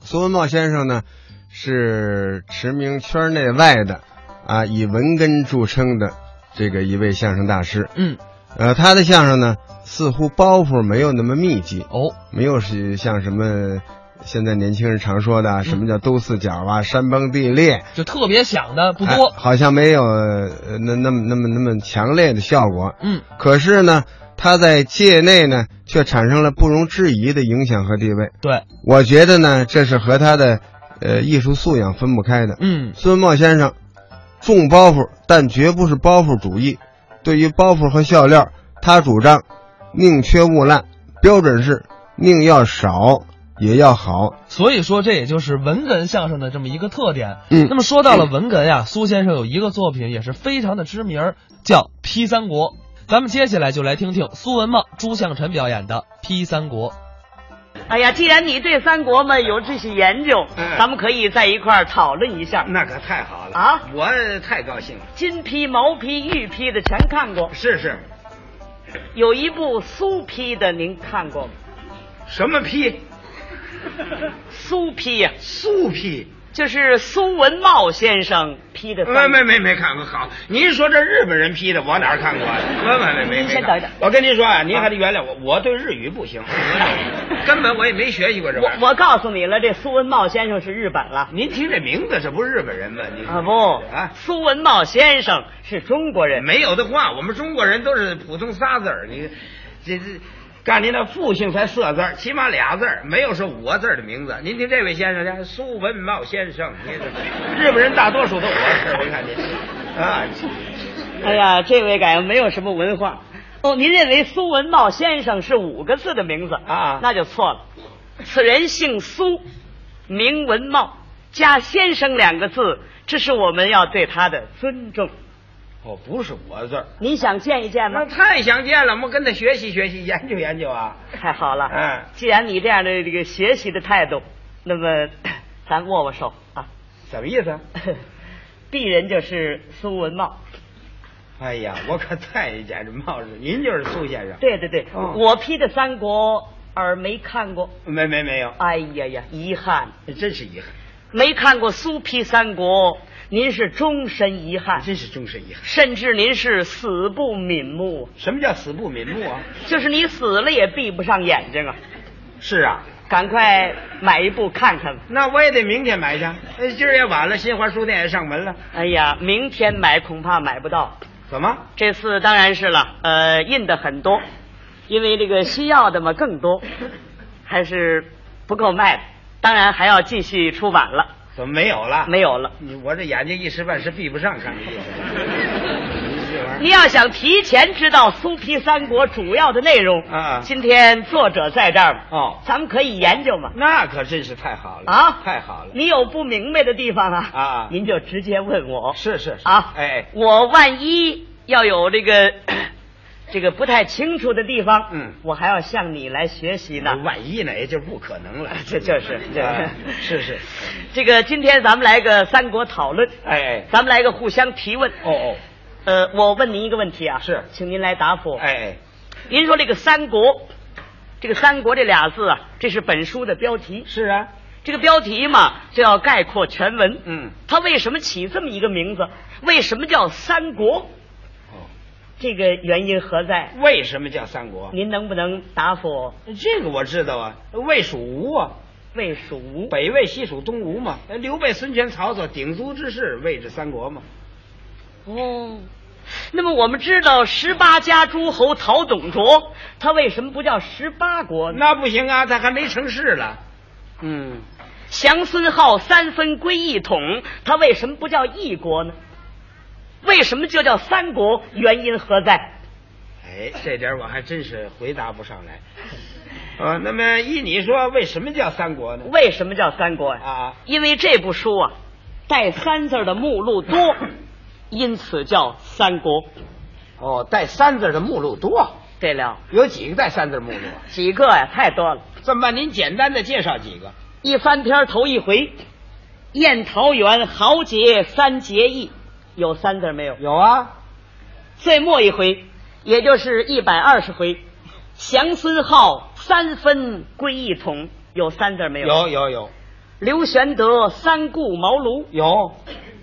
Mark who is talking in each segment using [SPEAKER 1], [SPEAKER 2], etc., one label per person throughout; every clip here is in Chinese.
[SPEAKER 1] 苏文茂先生呢是驰名圈内外的啊，以文根著称的这个一位相声大师。
[SPEAKER 2] 嗯，
[SPEAKER 1] 呃，他的相声呢似乎包袱没有那么密集，
[SPEAKER 2] 哦，
[SPEAKER 1] 没有是像什么现在年轻人常说的啊什么叫都四角啊、山崩地裂，
[SPEAKER 2] 就特别响的不多
[SPEAKER 1] 哎。好像没有呃那那么那么那么强烈的效果。
[SPEAKER 2] 嗯，
[SPEAKER 1] 可是呢，他在界内呢却产生了不容置疑的影响和地位。
[SPEAKER 2] 对，
[SPEAKER 1] 我觉得呢，这是和他的呃艺术素养分不开的。
[SPEAKER 2] 嗯，
[SPEAKER 1] 孙文茂先生重包袱，但绝不是包袱主义。对于包袱和笑料，他主张宁缺毋滥，标准是宁要少也要好。
[SPEAKER 2] 所以说这也就是文哏相声的这么一个特点。
[SPEAKER 1] 嗯
[SPEAKER 2] 那么说到了文哏呀，苏先生有一个作品也是非常的知名儿，叫《批三国》。咱们接下来就来听听苏文茂、朱向臣表演的《批三国》。
[SPEAKER 3] 哎呀，既然你对三国嘛有这些研究，
[SPEAKER 4] 嗯
[SPEAKER 3] 咱们可以在一块儿讨论一下。
[SPEAKER 4] 那可太好了
[SPEAKER 3] 啊！
[SPEAKER 4] 我太高兴了。
[SPEAKER 3] 金批、毛批、玉批的全看过，
[SPEAKER 4] 是是，
[SPEAKER 3] 有一部苏批的，您看过吗？
[SPEAKER 4] 什么批？
[SPEAKER 3] 苏批呀、
[SPEAKER 4] 素批？
[SPEAKER 3] 就是苏文茂先生批的
[SPEAKER 4] 嗯没
[SPEAKER 3] 三国。
[SPEAKER 4] 没没没看过。好，您说这日本人批的，我哪儿看过啊？没没没没。
[SPEAKER 3] 您先
[SPEAKER 4] 没看
[SPEAKER 3] 等一等
[SPEAKER 4] 我跟您说啊，您还得原谅我，我对日语 不行，根本我也没学习过这玩意儿。
[SPEAKER 3] 我我告诉你了，这苏文茂先生是日本了
[SPEAKER 4] 您听这名字，这不是日本人吗？你
[SPEAKER 3] 啊不
[SPEAKER 4] 啊，
[SPEAKER 3] 苏文茂先生是中国人。
[SPEAKER 4] 没有的话，我们中国人都是普通仨字儿，你这这。干您那复姓才四字儿，起码俩字儿，没有说五个字儿的名字。您听这位先生，这苏文茂先生，您日本人大多数都我是，我看您啊，
[SPEAKER 3] 哎呀，这位感觉没有什么文化。哦，您认为苏文茂先生是五个字的名字
[SPEAKER 4] 啊
[SPEAKER 3] 那就错了。此人姓苏，名文茂，加先生两个字，这是我们要对他的尊重。
[SPEAKER 4] 哦，不是五个字儿，
[SPEAKER 3] 您想见一见
[SPEAKER 4] 那
[SPEAKER 3] 吗？
[SPEAKER 4] 太想见了，我们跟他学习学习，研究研究啊。
[SPEAKER 3] 太好了，
[SPEAKER 4] 嗯
[SPEAKER 3] 既然你这样的这个学习的态度，那么 咱握握手啊。
[SPEAKER 4] 什么意思？
[SPEAKER 3] 鄙人就是苏文茂，
[SPEAKER 4] 哎呀，我可太简直冒失，您就是苏先生？
[SPEAKER 3] 对对对，
[SPEAKER 4] 哦
[SPEAKER 3] 我批的《三国》而没看过，
[SPEAKER 4] 没没没有，
[SPEAKER 3] 哎呀呀，遗憾。
[SPEAKER 4] 真是遗憾，
[SPEAKER 3] 没看过苏批三国，您是终身遗憾，
[SPEAKER 4] 真是终身遗憾。
[SPEAKER 3] 甚至您是死不瞑目，
[SPEAKER 4] 什么叫死不瞑目啊？
[SPEAKER 3] 就是你死了也闭不上眼睛啊！
[SPEAKER 4] 是啊，
[SPEAKER 3] 赶快买一部看看吧。
[SPEAKER 4] 那我也得明天买去。呃今儿也晚了，新华书店也上门了。
[SPEAKER 3] 哎呀，明天买恐怕买不到，
[SPEAKER 4] 怎么？
[SPEAKER 3] 这次当然是了，呃，印的很多，因为这个需要的嘛更多，还是不够卖的。当然还要继续出版了，
[SPEAKER 4] 怎么没有了？
[SPEAKER 3] 没有了。
[SPEAKER 4] 你我这眼睛一时半时闭不上，看这 意思。你这玩意
[SPEAKER 3] 你要想提前知道苏皮三国主要的内容，
[SPEAKER 4] 啊
[SPEAKER 3] 今天作者在这儿嘛
[SPEAKER 4] 儿哦，
[SPEAKER 3] 咱们可以研究嘛。
[SPEAKER 4] 那可真是太好了
[SPEAKER 3] 啊，
[SPEAKER 4] 太好了。
[SPEAKER 3] 你有不明白的地方啊，
[SPEAKER 4] 啊
[SPEAKER 3] 您就直接问我。
[SPEAKER 4] 是是是
[SPEAKER 3] 啊，
[SPEAKER 4] 哎哎
[SPEAKER 3] 我万一要有这个 这个不太清楚的地方，
[SPEAKER 4] 嗯
[SPEAKER 3] 我还要向你来学习呢。
[SPEAKER 4] 万一呢，也就不可能了。
[SPEAKER 3] 这就是，这、
[SPEAKER 4] 啊是是。
[SPEAKER 3] 这个今天咱们来个三国讨论，
[SPEAKER 4] 哎哎
[SPEAKER 3] 咱们来个互相提问。
[SPEAKER 4] 哦哦，
[SPEAKER 3] 呃，我问您一个问题啊，
[SPEAKER 4] 是
[SPEAKER 3] 请您来答复。
[SPEAKER 4] 哎哎，
[SPEAKER 3] 您说这个三国，这个三国这俩字啊，这是本书的标题。
[SPEAKER 4] 是啊，
[SPEAKER 3] 这个标题嘛，就要概括全文。
[SPEAKER 4] 嗯，
[SPEAKER 3] 他为什么起这么一个名字？为什么叫三国？
[SPEAKER 4] 哦，
[SPEAKER 3] 这个原因何在？
[SPEAKER 4] 为什么叫三国？
[SPEAKER 3] 您能不能答复我？
[SPEAKER 4] 这个我知道啊，魏蜀吴啊，
[SPEAKER 3] 魏蜀吴，
[SPEAKER 4] 北魏西蜀东吴嘛，刘备孙权曹操鼎足之势，谓之三国嘛。
[SPEAKER 3] 哦，那么我们知道十八家诸侯讨董卓，他为什么不叫十八国呢？
[SPEAKER 4] 那不行啊，他还没成事了。嗯，
[SPEAKER 3] 降孙浩三分归一统，他为什么不叫一国呢？为什么就叫三国？原因何在？
[SPEAKER 4] 哎，这点我还真是回答不上 来。啊，那么依你说，为什么叫三国呢？
[SPEAKER 3] 为什么叫三国呀、
[SPEAKER 4] 啊，
[SPEAKER 3] 因为这部书啊，带三字儿的目录多，因此叫三国。
[SPEAKER 4] 哦，带三字的目录多，
[SPEAKER 3] 对了，
[SPEAKER 4] 有几个带三字目录啊？
[SPEAKER 3] 几个呀、太多了。
[SPEAKER 4] 这么办，您简单的介绍几个。
[SPEAKER 3] 一翻篇儿头一回，宴桃园豪杰三结义，有三字儿没有？
[SPEAKER 4] 有啊，
[SPEAKER 3] 最末一回，也就是一百二十回，降孙浩三分归一统，有三字儿没有？。
[SPEAKER 4] 有有有，
[SPEAKER 3] 刘玄德三顾茅庐，
[SPEAKER 4] 有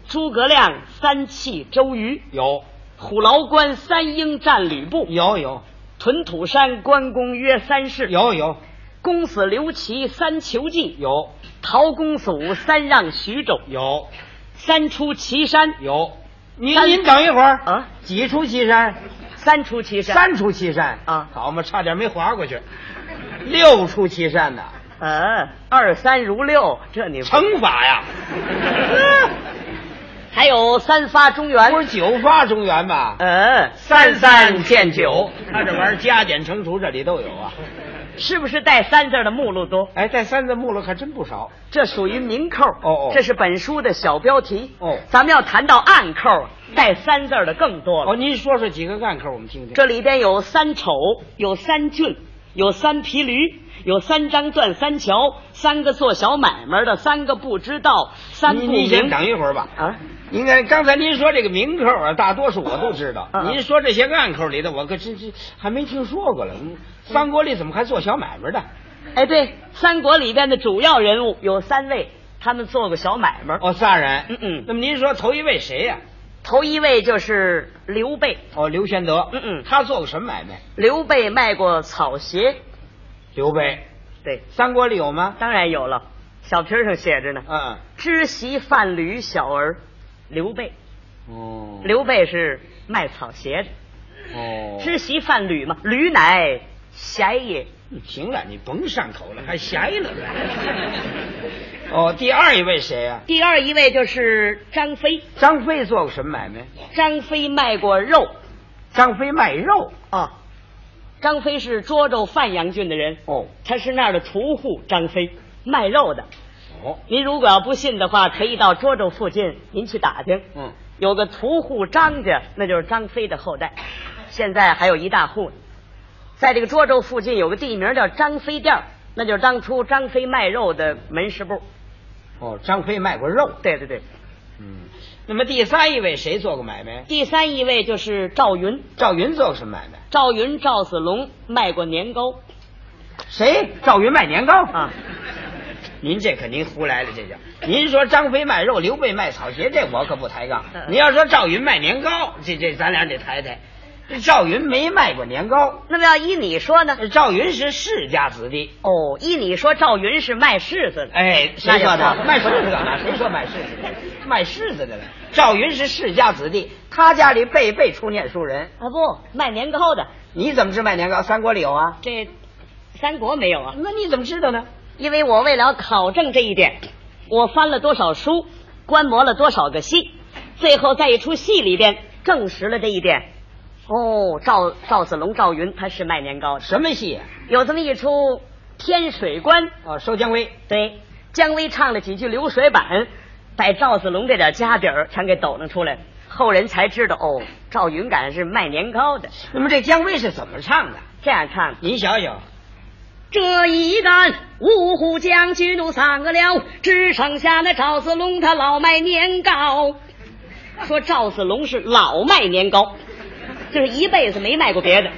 [SPEAKER 3] 诸葛亮三气周瑜，
[SPEAKER 4] 有
[SPEAKER 3] 虎牢关三英战吕布，
[SPEAKER 4] 有有
[SPEAKER 3] 屯土山关公约三事，
[SPEAKER 4] 有有
[SPEAKER 3] 公子刘琦三求计，
[SPEAKER 4] 有
[SPEAKER 3] 陶公子午三让徐州，
[SPEAKER 4] 有
[SPEAKER 3] 三出祁山
[SPEAKER 4] 有，您
[SPEAKER 3] 三
[SPEAKER 4] 您等一会儿
[SPEAKER 3] 啊，
[SPEAKER 4] 几出祁山？
[SPEAKER 3] 三出祁山，
[SPEAKER 4] 三出祁山
[SPEAKER 3] 啊
[SPEAKER 4] 好嘛，差点没划过去。六出祁山呐，
[SPEAKER 3] 嗯，二三如六，这你不
[SPEAKER 4] 乘 法呀，
[SPEAKER 3] 还有三发中原
[SPEAKER 4] 不，是九发中原吧？
[SPEAKER 3] 嗯，见
[SPEAKER 4] 九，他这玩意儿加减乘除这里都有啊。
[SPEAKER 3] 是不是带三字的目录多？
[SPEAKER 4] 哎，带三字目录可真不少。
[SPEAKER 3] 这属于明扣，
[SPEAKER 4] 哦哦
[SPEAKER 3] 这是本书的小标题，
[SPEAKER 4] 哦
[SPEAKER 3] 咱们要谈到暗扣，带三字的更多了。
[SPEAKER 4] 哦，您说说几个干口，我们听听。
[SPEAKER 3] 这里边有三丑，有三俊，有三皮驴，有三张断三桥，三个做小买卖的，三个不知道，三不
[SPEAKER 4] 您您先
[SPEAKER 3] 明
[SPEAKER 4] 等一会儿吧。
[SPEAKER 3] 啊，
[SPEAKER 4] 您看，刚才您说这个明扣啊，大多数我都知道。
[SPEAKER 3] 嗯嗯
[SPEAKER 4] 您说这些暗扣里的，我可真是还没听说过了。嗯三国里怎么还做小买卖的？
[SPEAKER 3] 哎，对，三国里边的主要人物有三位，他们做过小买卖。
[SPEAKER 4] 哦，仨人。
[SPEAKER 3] 嗯嗯
[SPEAKER 4] 那么您说头一位谁呀、
[SPEAKER 3] 头一位就是刘备，
[SPEAKER 4] 哦，刘玄德。
[SPEAKER 3] 嗯嗯
[SPEAKER 4] 他做过什么买卖？
[SPEAKER 3] 刘备卖过草鞋，
[SPEAKER 4] 刘备。
[SPEAKER 3] 对，
[SPEAKER 4] 三国里有吗？
[SPEAKER 3] 当然有了，小皮儿上写着呢，
[SPEAKER 4] 嗯。
[SPEAKER 3] 知席贩履小儿刘备，
[SPEAKER 4] 哦。
[SPEAKER 3] 刘备是卖草鞋的，
[SPEAKER 4] 哦。
[SPEAKER 3] 知席贩履嘛，履乃鞋也。
[SPEAKER 4] 你行了，你甭上口了，还闲 了呢。哦，第二一位谁呀、
[SPEAKER 3] 第二一位就是张飞，
[SPEAKER 4] 张飞做过什么买卖？
[SPEAKER 3] 张飞卖过肉
[SPEAKER 4] 张飞卖肉。
[SPEAKER 3] 啊，张飞是涿州范阳郡的人，
[SPEAKER 4] 哦
[SPEAKER 3] 他是那儿的屠户张飞，卖肉的。
[SPEAKER 4] 哦，
[SPEAKER 3] 您如果要不信的话，可以到涿州附近您去打听，
[SPEAKER 4] 嗯，
[SPEAKER 3] 有个屠户张家，那就是张飞的后代，现在还有一大户呢。在这个涿州附近有个地名叫张飞店儿，那就是当初张飞卖肉的门市部。
[SPEAKER 4] 哦，张飞卖过肉。
[SPEAKER 3] 对对对，
[SPEAKER 4] 嗯，那么第三一位谁做过买卖？
[SPEAKER 3] 第三一位就是赵云，
[SPEAKER 4] 赵云做过什么买卖？
[SPEAKER 3] 赵云赵子龙卖过年糕
[SPEAKER 4] 谁？赵云卖年糕
[SPEAKER 3] 啊。
[SPEAKER 4] 您这可您胡来了，这叫您说张飞卖肉，刘备卖草鞋，这我可不抬杠
[SPEAKER 3] 嗯。
[SPEAKER 4] 您要说赵云卖年糕，这这咱俩得抬抬。这赵云没卖过年糕，
[SPEAKER 3] 那么要依你说呢？
[SPEAKER 4] 赵云是世家子弟。
[SPEAKER 3] 哦，依你说赵云是卖柿子的，
[SPEAKER 4] 哎，
[SPEAKER 3] 那
[SPEAKER 4] 谁
[SPEAKER 3] 就
[SPEAKER 4] 说
[SPEAKER 3] 好
[SPEAKER 4] 的？卖柿子干嘛？谁说卖柿子的？卖柿子的了。赵云是世家子弟，他家里辈辈出念书人。
[SPEAKER 3] 啊不，卖年糕的。
[SPEAKER 4] 你怎么知卖年糕？三国里有啊？
[SPEAKER 3] 这三国没有啊？
[SPEAKER 4] 那你怎么知道呢？
[SPEAKER 3] 因为我为了考证这一点，我翻了多少书，观摩了多少个戏，最后在一出戏里边证实了这一点。哦，赵赵子龙、赵云他是卖年糕的，
[SPEAKER 4] 什么戏啊？
[SPEAKER 3] 有这么一出《天水关》，
[SPEAKER 4] 哦，收姜维。
[SPEAKER 3] 对，姜维唱了几句流水板，把赵子龙这点家底儿全给抖弄出来了。后人才知道，哦，赵云敢是卖年糕的，
[SPEAKER 4] 那么这姜维是怎么唱的？
[SPEAKER 3] 这样唱。
[SPEAKER 4] 您想想，
[SPEAKER 3] 这一干五虎将军都散个了，只剩下那赵子龙他老卖年糕。说赵子龙是老卖年糕， 就是一辈子没卖过别的。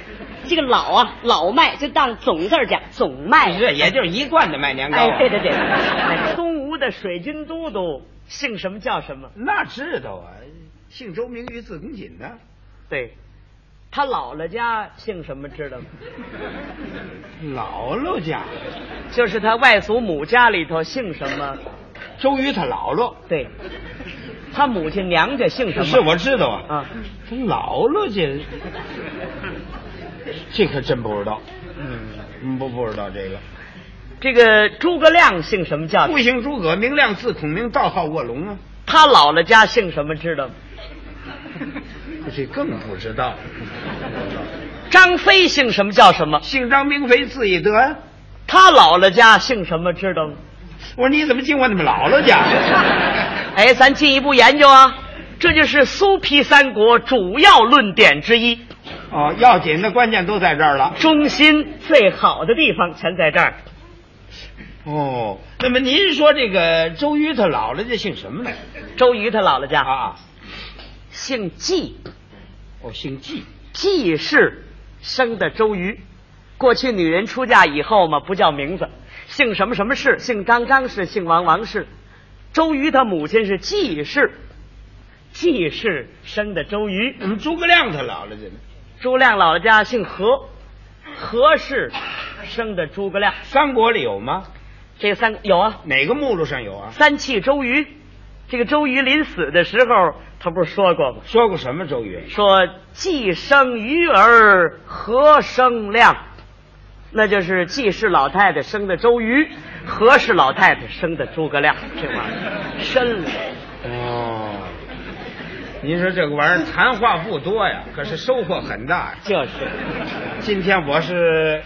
[SPEAKER 3] 这个老啊，老卖就当总字儿讲，总卖。
[SPEAKER 4] 这也就是一贯的卖年糕啊。
[SPEAKER 3] 哎，对对对， 哎东吴的水军都督姓什么叫什么？
[SPEAKER 4] 那知道啊，姓周名瑜字公瑾呢。
[SPEAKER 3] 对，他姥姥家姓什么知道吗？
[SPEAKER 4] 姥姥家，
[SPEAKER 3] 就是他外祖母家里头姓什么？
[SPEAKER 4] 周瑜他姥姥。
[SPEAKER 3] 对，他母亲娘家姓什么？
[SPEAKER 4] 是我知道啊。
[SPEAKER 3] 啊，
[SPEAKER 4] 他姥姥这， 这可真不知道。嗯，不不知道这个。
[SPEAKER 3] 这个诸葛亮姓什么叫？
[SPEAKER 4] 复姓诸葛，名亮，字孔明，道号卧龙啊。
[SPEAKER 3] 他姥姥家姓什么知道吗？
[SPEAKER 4] 这更不知道。
[SPEAKER 3] 张飞姓什么叫什么？
[SPEAKER 4] 姓张名飞，字翼德啊。
[SPEAKER 3] 他姥姥家姓什么知道吗？
[SPEAKER 4] 我说你怎么进我你们姥姥家？
[SPEAKER 3] 哎，咱进一步研究啊，这就是苏皮三国主要论点之一，
[SPEAKER 4] 哦，要紧的关键都在这儿了。
[SPEAKER 3] 中心最好的地方全在这儿。
[SPEAKER 4] 哦，那么您说这个周瑜他姥姥这姓什么呢？
[SPEAKER 3] 周瑜他姥姥家、
[SPEAKER 4] 啊，
[SPEAKER 3] 姓纪，
[SPEAKER 4] 哦，姓纪。
[SPEAKER 3] 纪氏生的周瑜。过去女人出嫁以后嘛，不叫名字，
[SPEAKER 4] 姓什么什么氏，姓张张氏，姓王王氏。周瑜他母亲是季氏，季氏生的周瑜。
[SPEAKER 2] 怎么诸葛亮他姥姥去了？
[SPEAKER 4] 诸葛亮老人家姓何，何氏生的诸葛亮。
[SPEAKER 2] 三国里有吗？
[SPEAKER 4] 这三有啊，
[SPEAKER 2] 哪个目录上有啊？
[SPEAKER 4] 三气周瑜。这个周瑜临死的时候，他不是说过吗？
[SPEAKER 2] 说过什么周瑜？
[SPEAKER 4] 说既生瑜儿，何生亮？那就是季氏老太太生的周瑜，何氏老太太生的诸葛亮。这玩意儿深了。
[SPEAKER 2] 哦，您说这个玩意儿谈话不多呀，可是收获很大呀。
[SPEAKER 4] 就是，
[SPEAKER 2] 今天我是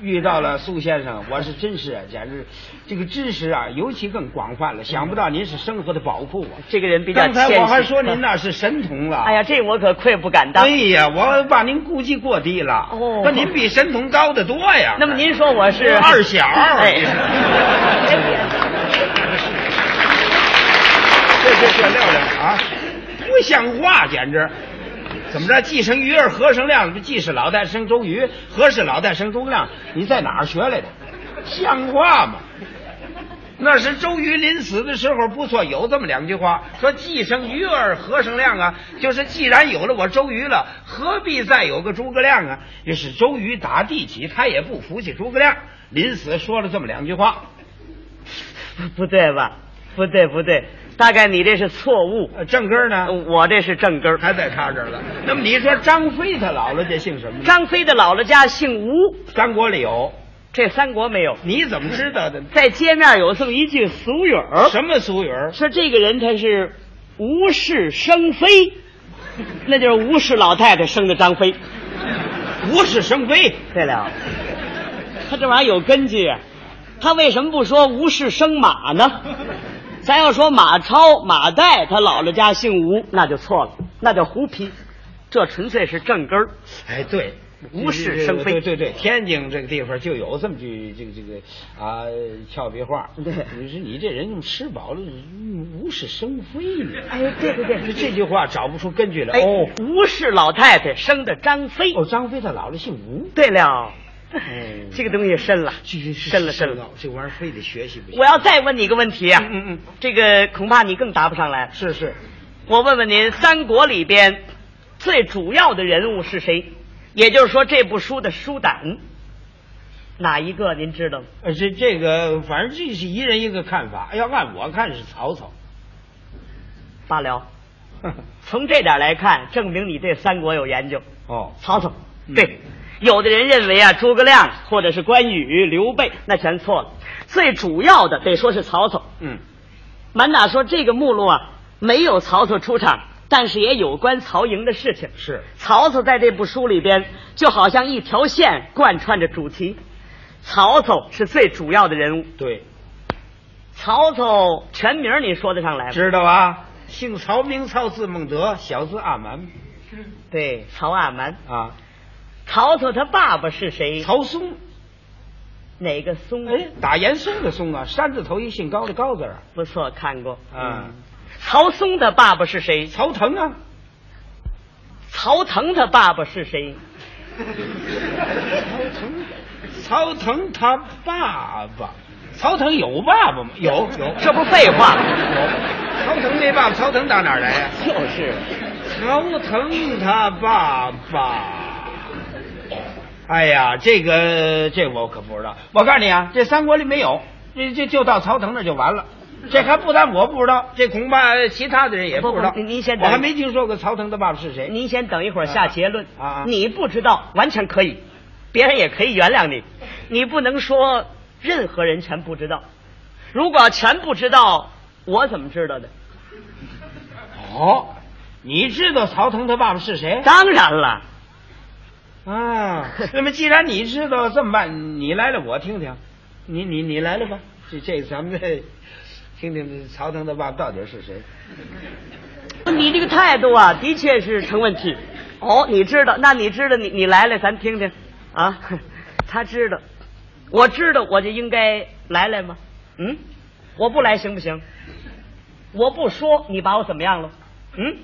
[SPEAKER 2] 遇到了苏先生，我是真是啊，简直这个知识啊，尤其更广泛了。想不到您是生活的宝库啊！
[SPEAKER 4] 这个人比较
[SPEAKER 2] 刚
[SPEAKER 4] 谦
[SPEAKER 2] 才
[SPEAKER 4] 虚。
[SPEAKER 2] 我还说您那是神童了。
[SPEAKER 4] 哎呀，这我可愧不敢当
[SPEAKER 2] 哎。呀，我把您估计过低了。
[SPEAKER 4] 哦
[SPEAKER 2] 那您比神童高得多呀。
[SPEAKER 4] 那么您说我是
[SPEAKER 2] 哎二小啊
[SPEAKER 4] 哎，
[SPEAKER 2] 您是
[SPEAKER 4] 哎
[SPEAKER 2] 这这这亮亮啊，不像话，简直！怎么着？既生瑜儿，何生亮？这既是老旦生周瑜，何是老旦生诸葛亮？你在哪儿学来的？像话吗？那是周瑜临死的时候，不错，有这么两句话，说既生瑜儿，何生亮啊？就是既然有了我周瑜了，何必再有个诸葛亮啊？于是周瑜打地起，他也不服气诸葛亮，临死说了这么两句话。
[SPEAKER 4] 不对吧？不对不对，大概你这是错误，
[SPEAKER 2] 呃正根儿呢？
[SPEAKER 4] 我这是正根儿。
[SPEAKER 2] 还在他这儿了。那么你说张飞他姥姥这姓什么呢？
[SPEAKER 4] 张飞的姥姥家姓吴，
[SPEAKER 2] 三国里有，
[SPEAKER 4] 这三国没有。
[SPEAKER 2] 你怎么知道的？
[SPEAKER 4] 在街面有这么一句俗语儿，
[SPEAKER 2] 什么俗语儿？
[SPEAKER 4] 说这个人他是无事生非，那就是吴氏老太太生的张飞。
[SPEAKER 2] 无事生非。
[SPEAKER 4] 对了，他这玩意儿有根据啊，他为什么不说吴氏生马呢？咱要说马超、马岱，他姥姥家姓吴，那就错了，那叫胡批，这纯粹是正根儿。
[SPEAKER 2] 哎，对。
[SPEAKER 4] 无事生非
[SPEAKER 2] 对对对，天津这个地方就有这么句这个这个啊俏皮话。
[SPEAKER 4] 对
[SPEAKER 2] 你说你这人怎么吃饱了无事生非呢？
[SPEAKER 4] 哎，对对对，
[SPEAKER 2] 这句话找不出根据来。
[SPEAKER 4] 哎
[SPEAKER 2] 哦，
[SPEAKER 4] 吴氏老太太生的张飞。
[SPEAKER 2] 哦，张飞他姥姥姓吴。
[SPEAKER 4] 对了，
[SPEAKER 2] 哎
[SPEAKER 4] 这个东西深了，深了深了。，
[SPEAKER 2] 这玩意儿非得学习不行
[SPEAKER 4] 我。要再问你一个问题啊，
[SPEAKER 2] 嗯嗯嗯
[SPEAKER 4] 这个恐怕你更答不上来。
[SPEAKER 2] 是是，
[SPEAKER 4] 我问问您，三国里边最主要的人物是谁？也就是说，这部书的书胆哪一个您知道吗？
[SPEAKER 2] 呃，这这个反正这是一人一个看法，要按我看是曹操。
[SPEAKER 4] 罢了，从这点来看，证明你对三国有研究。
[SPEAKER 2] 哦，
[SPEAKER 4] 曹操
[SPEAKER 2] 嗯
[SPEAKER 4] 对，有的人认为啊，诸葛亮或者是关羽、刘备，哎那全错了。最主要的得说是曹操。
[SPEAKER 2] 嗯，
[SPEAKER 4] 满打说这个目录啊，没有曹操出场，但是也有关曹营的事情。
[SPEAKER 2] 是
[SPEAKER 4] 曹操在这部书里边，就好像一条线贯穿着主题。曹操是最主要的人物。
[SPEAKER 2] 对，
[SPEAKER 4] 曹操全名儿你说得上来吗？
[SPEAKER 2] 知道吧？姓曹，名操，字孟德，小字阿瞒
[SPEAKER 4] 嗯对，曹阿瞒。
[SPEAKER 2] 啊。
[SPEAKER 4] 曹操他爸爸是谁？
[SPEAKER 2] 曹嵩，
[SPEAKER 4] 哪个松？啊
[SPEAKER 2] 哎，打严嵩的嵩啊，山字头一姓高的高字儿
[SPEAKER 4] 不错，看过。嗯
[SPEAKER 2] 啊。
[SPEAKER 4] 曹嵩的爸爸是谁？
[SPEAKER 2] 曹腾啊，
[SPEAKER 4] 曹腾他爸爸是谁？
[SPEAKER 2] 曹腾他爸爸，曹腾有爸爸吗？有有，
[SPEAKER 4] 这不废话吗？
[SPEAKER 2] 有。曹腾没爸爸，曹腾打哪儿来呀、
[SPEAKER 4] 就是。
[SPEAKER 2] 曹腾他爸爸。哎呀，这个这我可不知道。我告诉你啊，这三国里没有，这这就到曹腾那儿就完了。这还不但我不知道，这恐怕其他的人也不知道。
[SPEAKER 4] 不不您您先
[SPEAKER 2] 我
[SPEAKER 4] 等
[SPEAKER 2] 还没听说过曹腾的爸爸是谁。
[SPEAKER 4] 您先等一会儿下结论
[SPEAKER 2] 啊啊
[SPEAKER 4] 你不知道完全可以，别人也可以原谅你，你不能说任何人全不知道。如果全不知道，我怎么知道的？
[SPEAKER 2] 哦，你知道曹腾他爸爸是谁？
[SPEAKER 4] 当然了，
[SPEAKER 2] 啊，那么既然你知道，这么办，你来了，我听听。你你你来了吧，这这咱们这听听这曹腾他爸爸到底是谁。
[SPEAKER 4] 你这个态度啊，的确是成问题。哦，你知道，那你知道，你你来来，咱听听啊。 他知道，我知道，我就应该来来吗？嗯，我不来行不行？我不说，你把我怎么样了？嗯，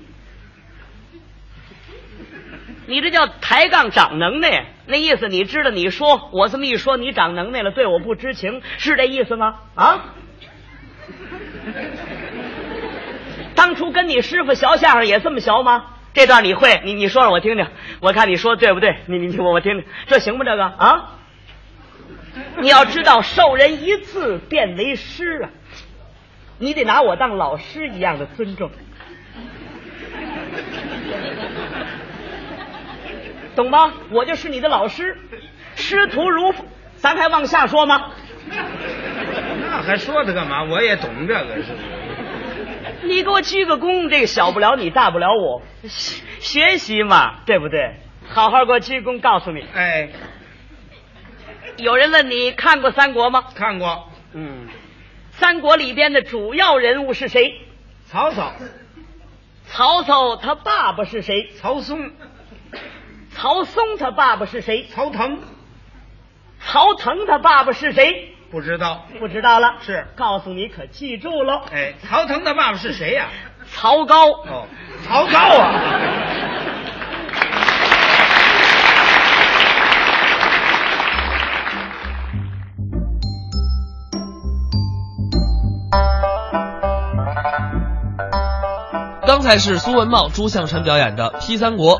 [SPEAKER 4] 你这叫抬杠长能耐。那意思你知道，你说我这么一说，你长能耐了，对我不知情，是这意思吗？啊？当初跟你师傅学相声也这么学吗？这段你会，你你说说我听听，我看你说对不对？你你你我我听听，这行吗？这个啊？你要知道，授人一次便为师啊，你得拿我当老师一样的尊重，懂吗？我就是你的老师，师徒如父，咱还往下说吗？
[SPEAKER 5] 那还说他干嘛？我也懂这个是不是？
[SPEAKER 4] 你给我鞠个躬，这个小不了你，大不了我，学学习嘛，对不对？好好给我鞠躬，告诉你，
[SPEAKER 5] 哎，
[SPEAKER 4] 有人问你看过三国吗？
[SPEAKER 5] 看过
[SPEAKER 4] 嗯，三国里边的主要人物是谁？
[SPEAKER 5] 曹操、
[SPEAKER 4] 曹操他爸爸是谁？
[SPEAKER 5] 曹嵩、
[SPEAKER 4] 曹嵩他爸爸是谁？
[SPEAKER 5] 曹腾，
[SPEAKER 4] 曹腾他爸爸是谁？
[SPEAKER 5] 不知道。
[SPEAKER 4] 不知道了，
[SPEAKER 5] 是
[SPEAKER 4] 告诉你可记住喽。
[SPEAKER 5] 哎，曹腾他爸爸是谁呀、
[SPEAKER 4] 曹高，
[SPEAKER 5] 哦，曹高 啊！
[SPEAKER 2] 刚才是苏文茂、朱向臣表演的《批三国》。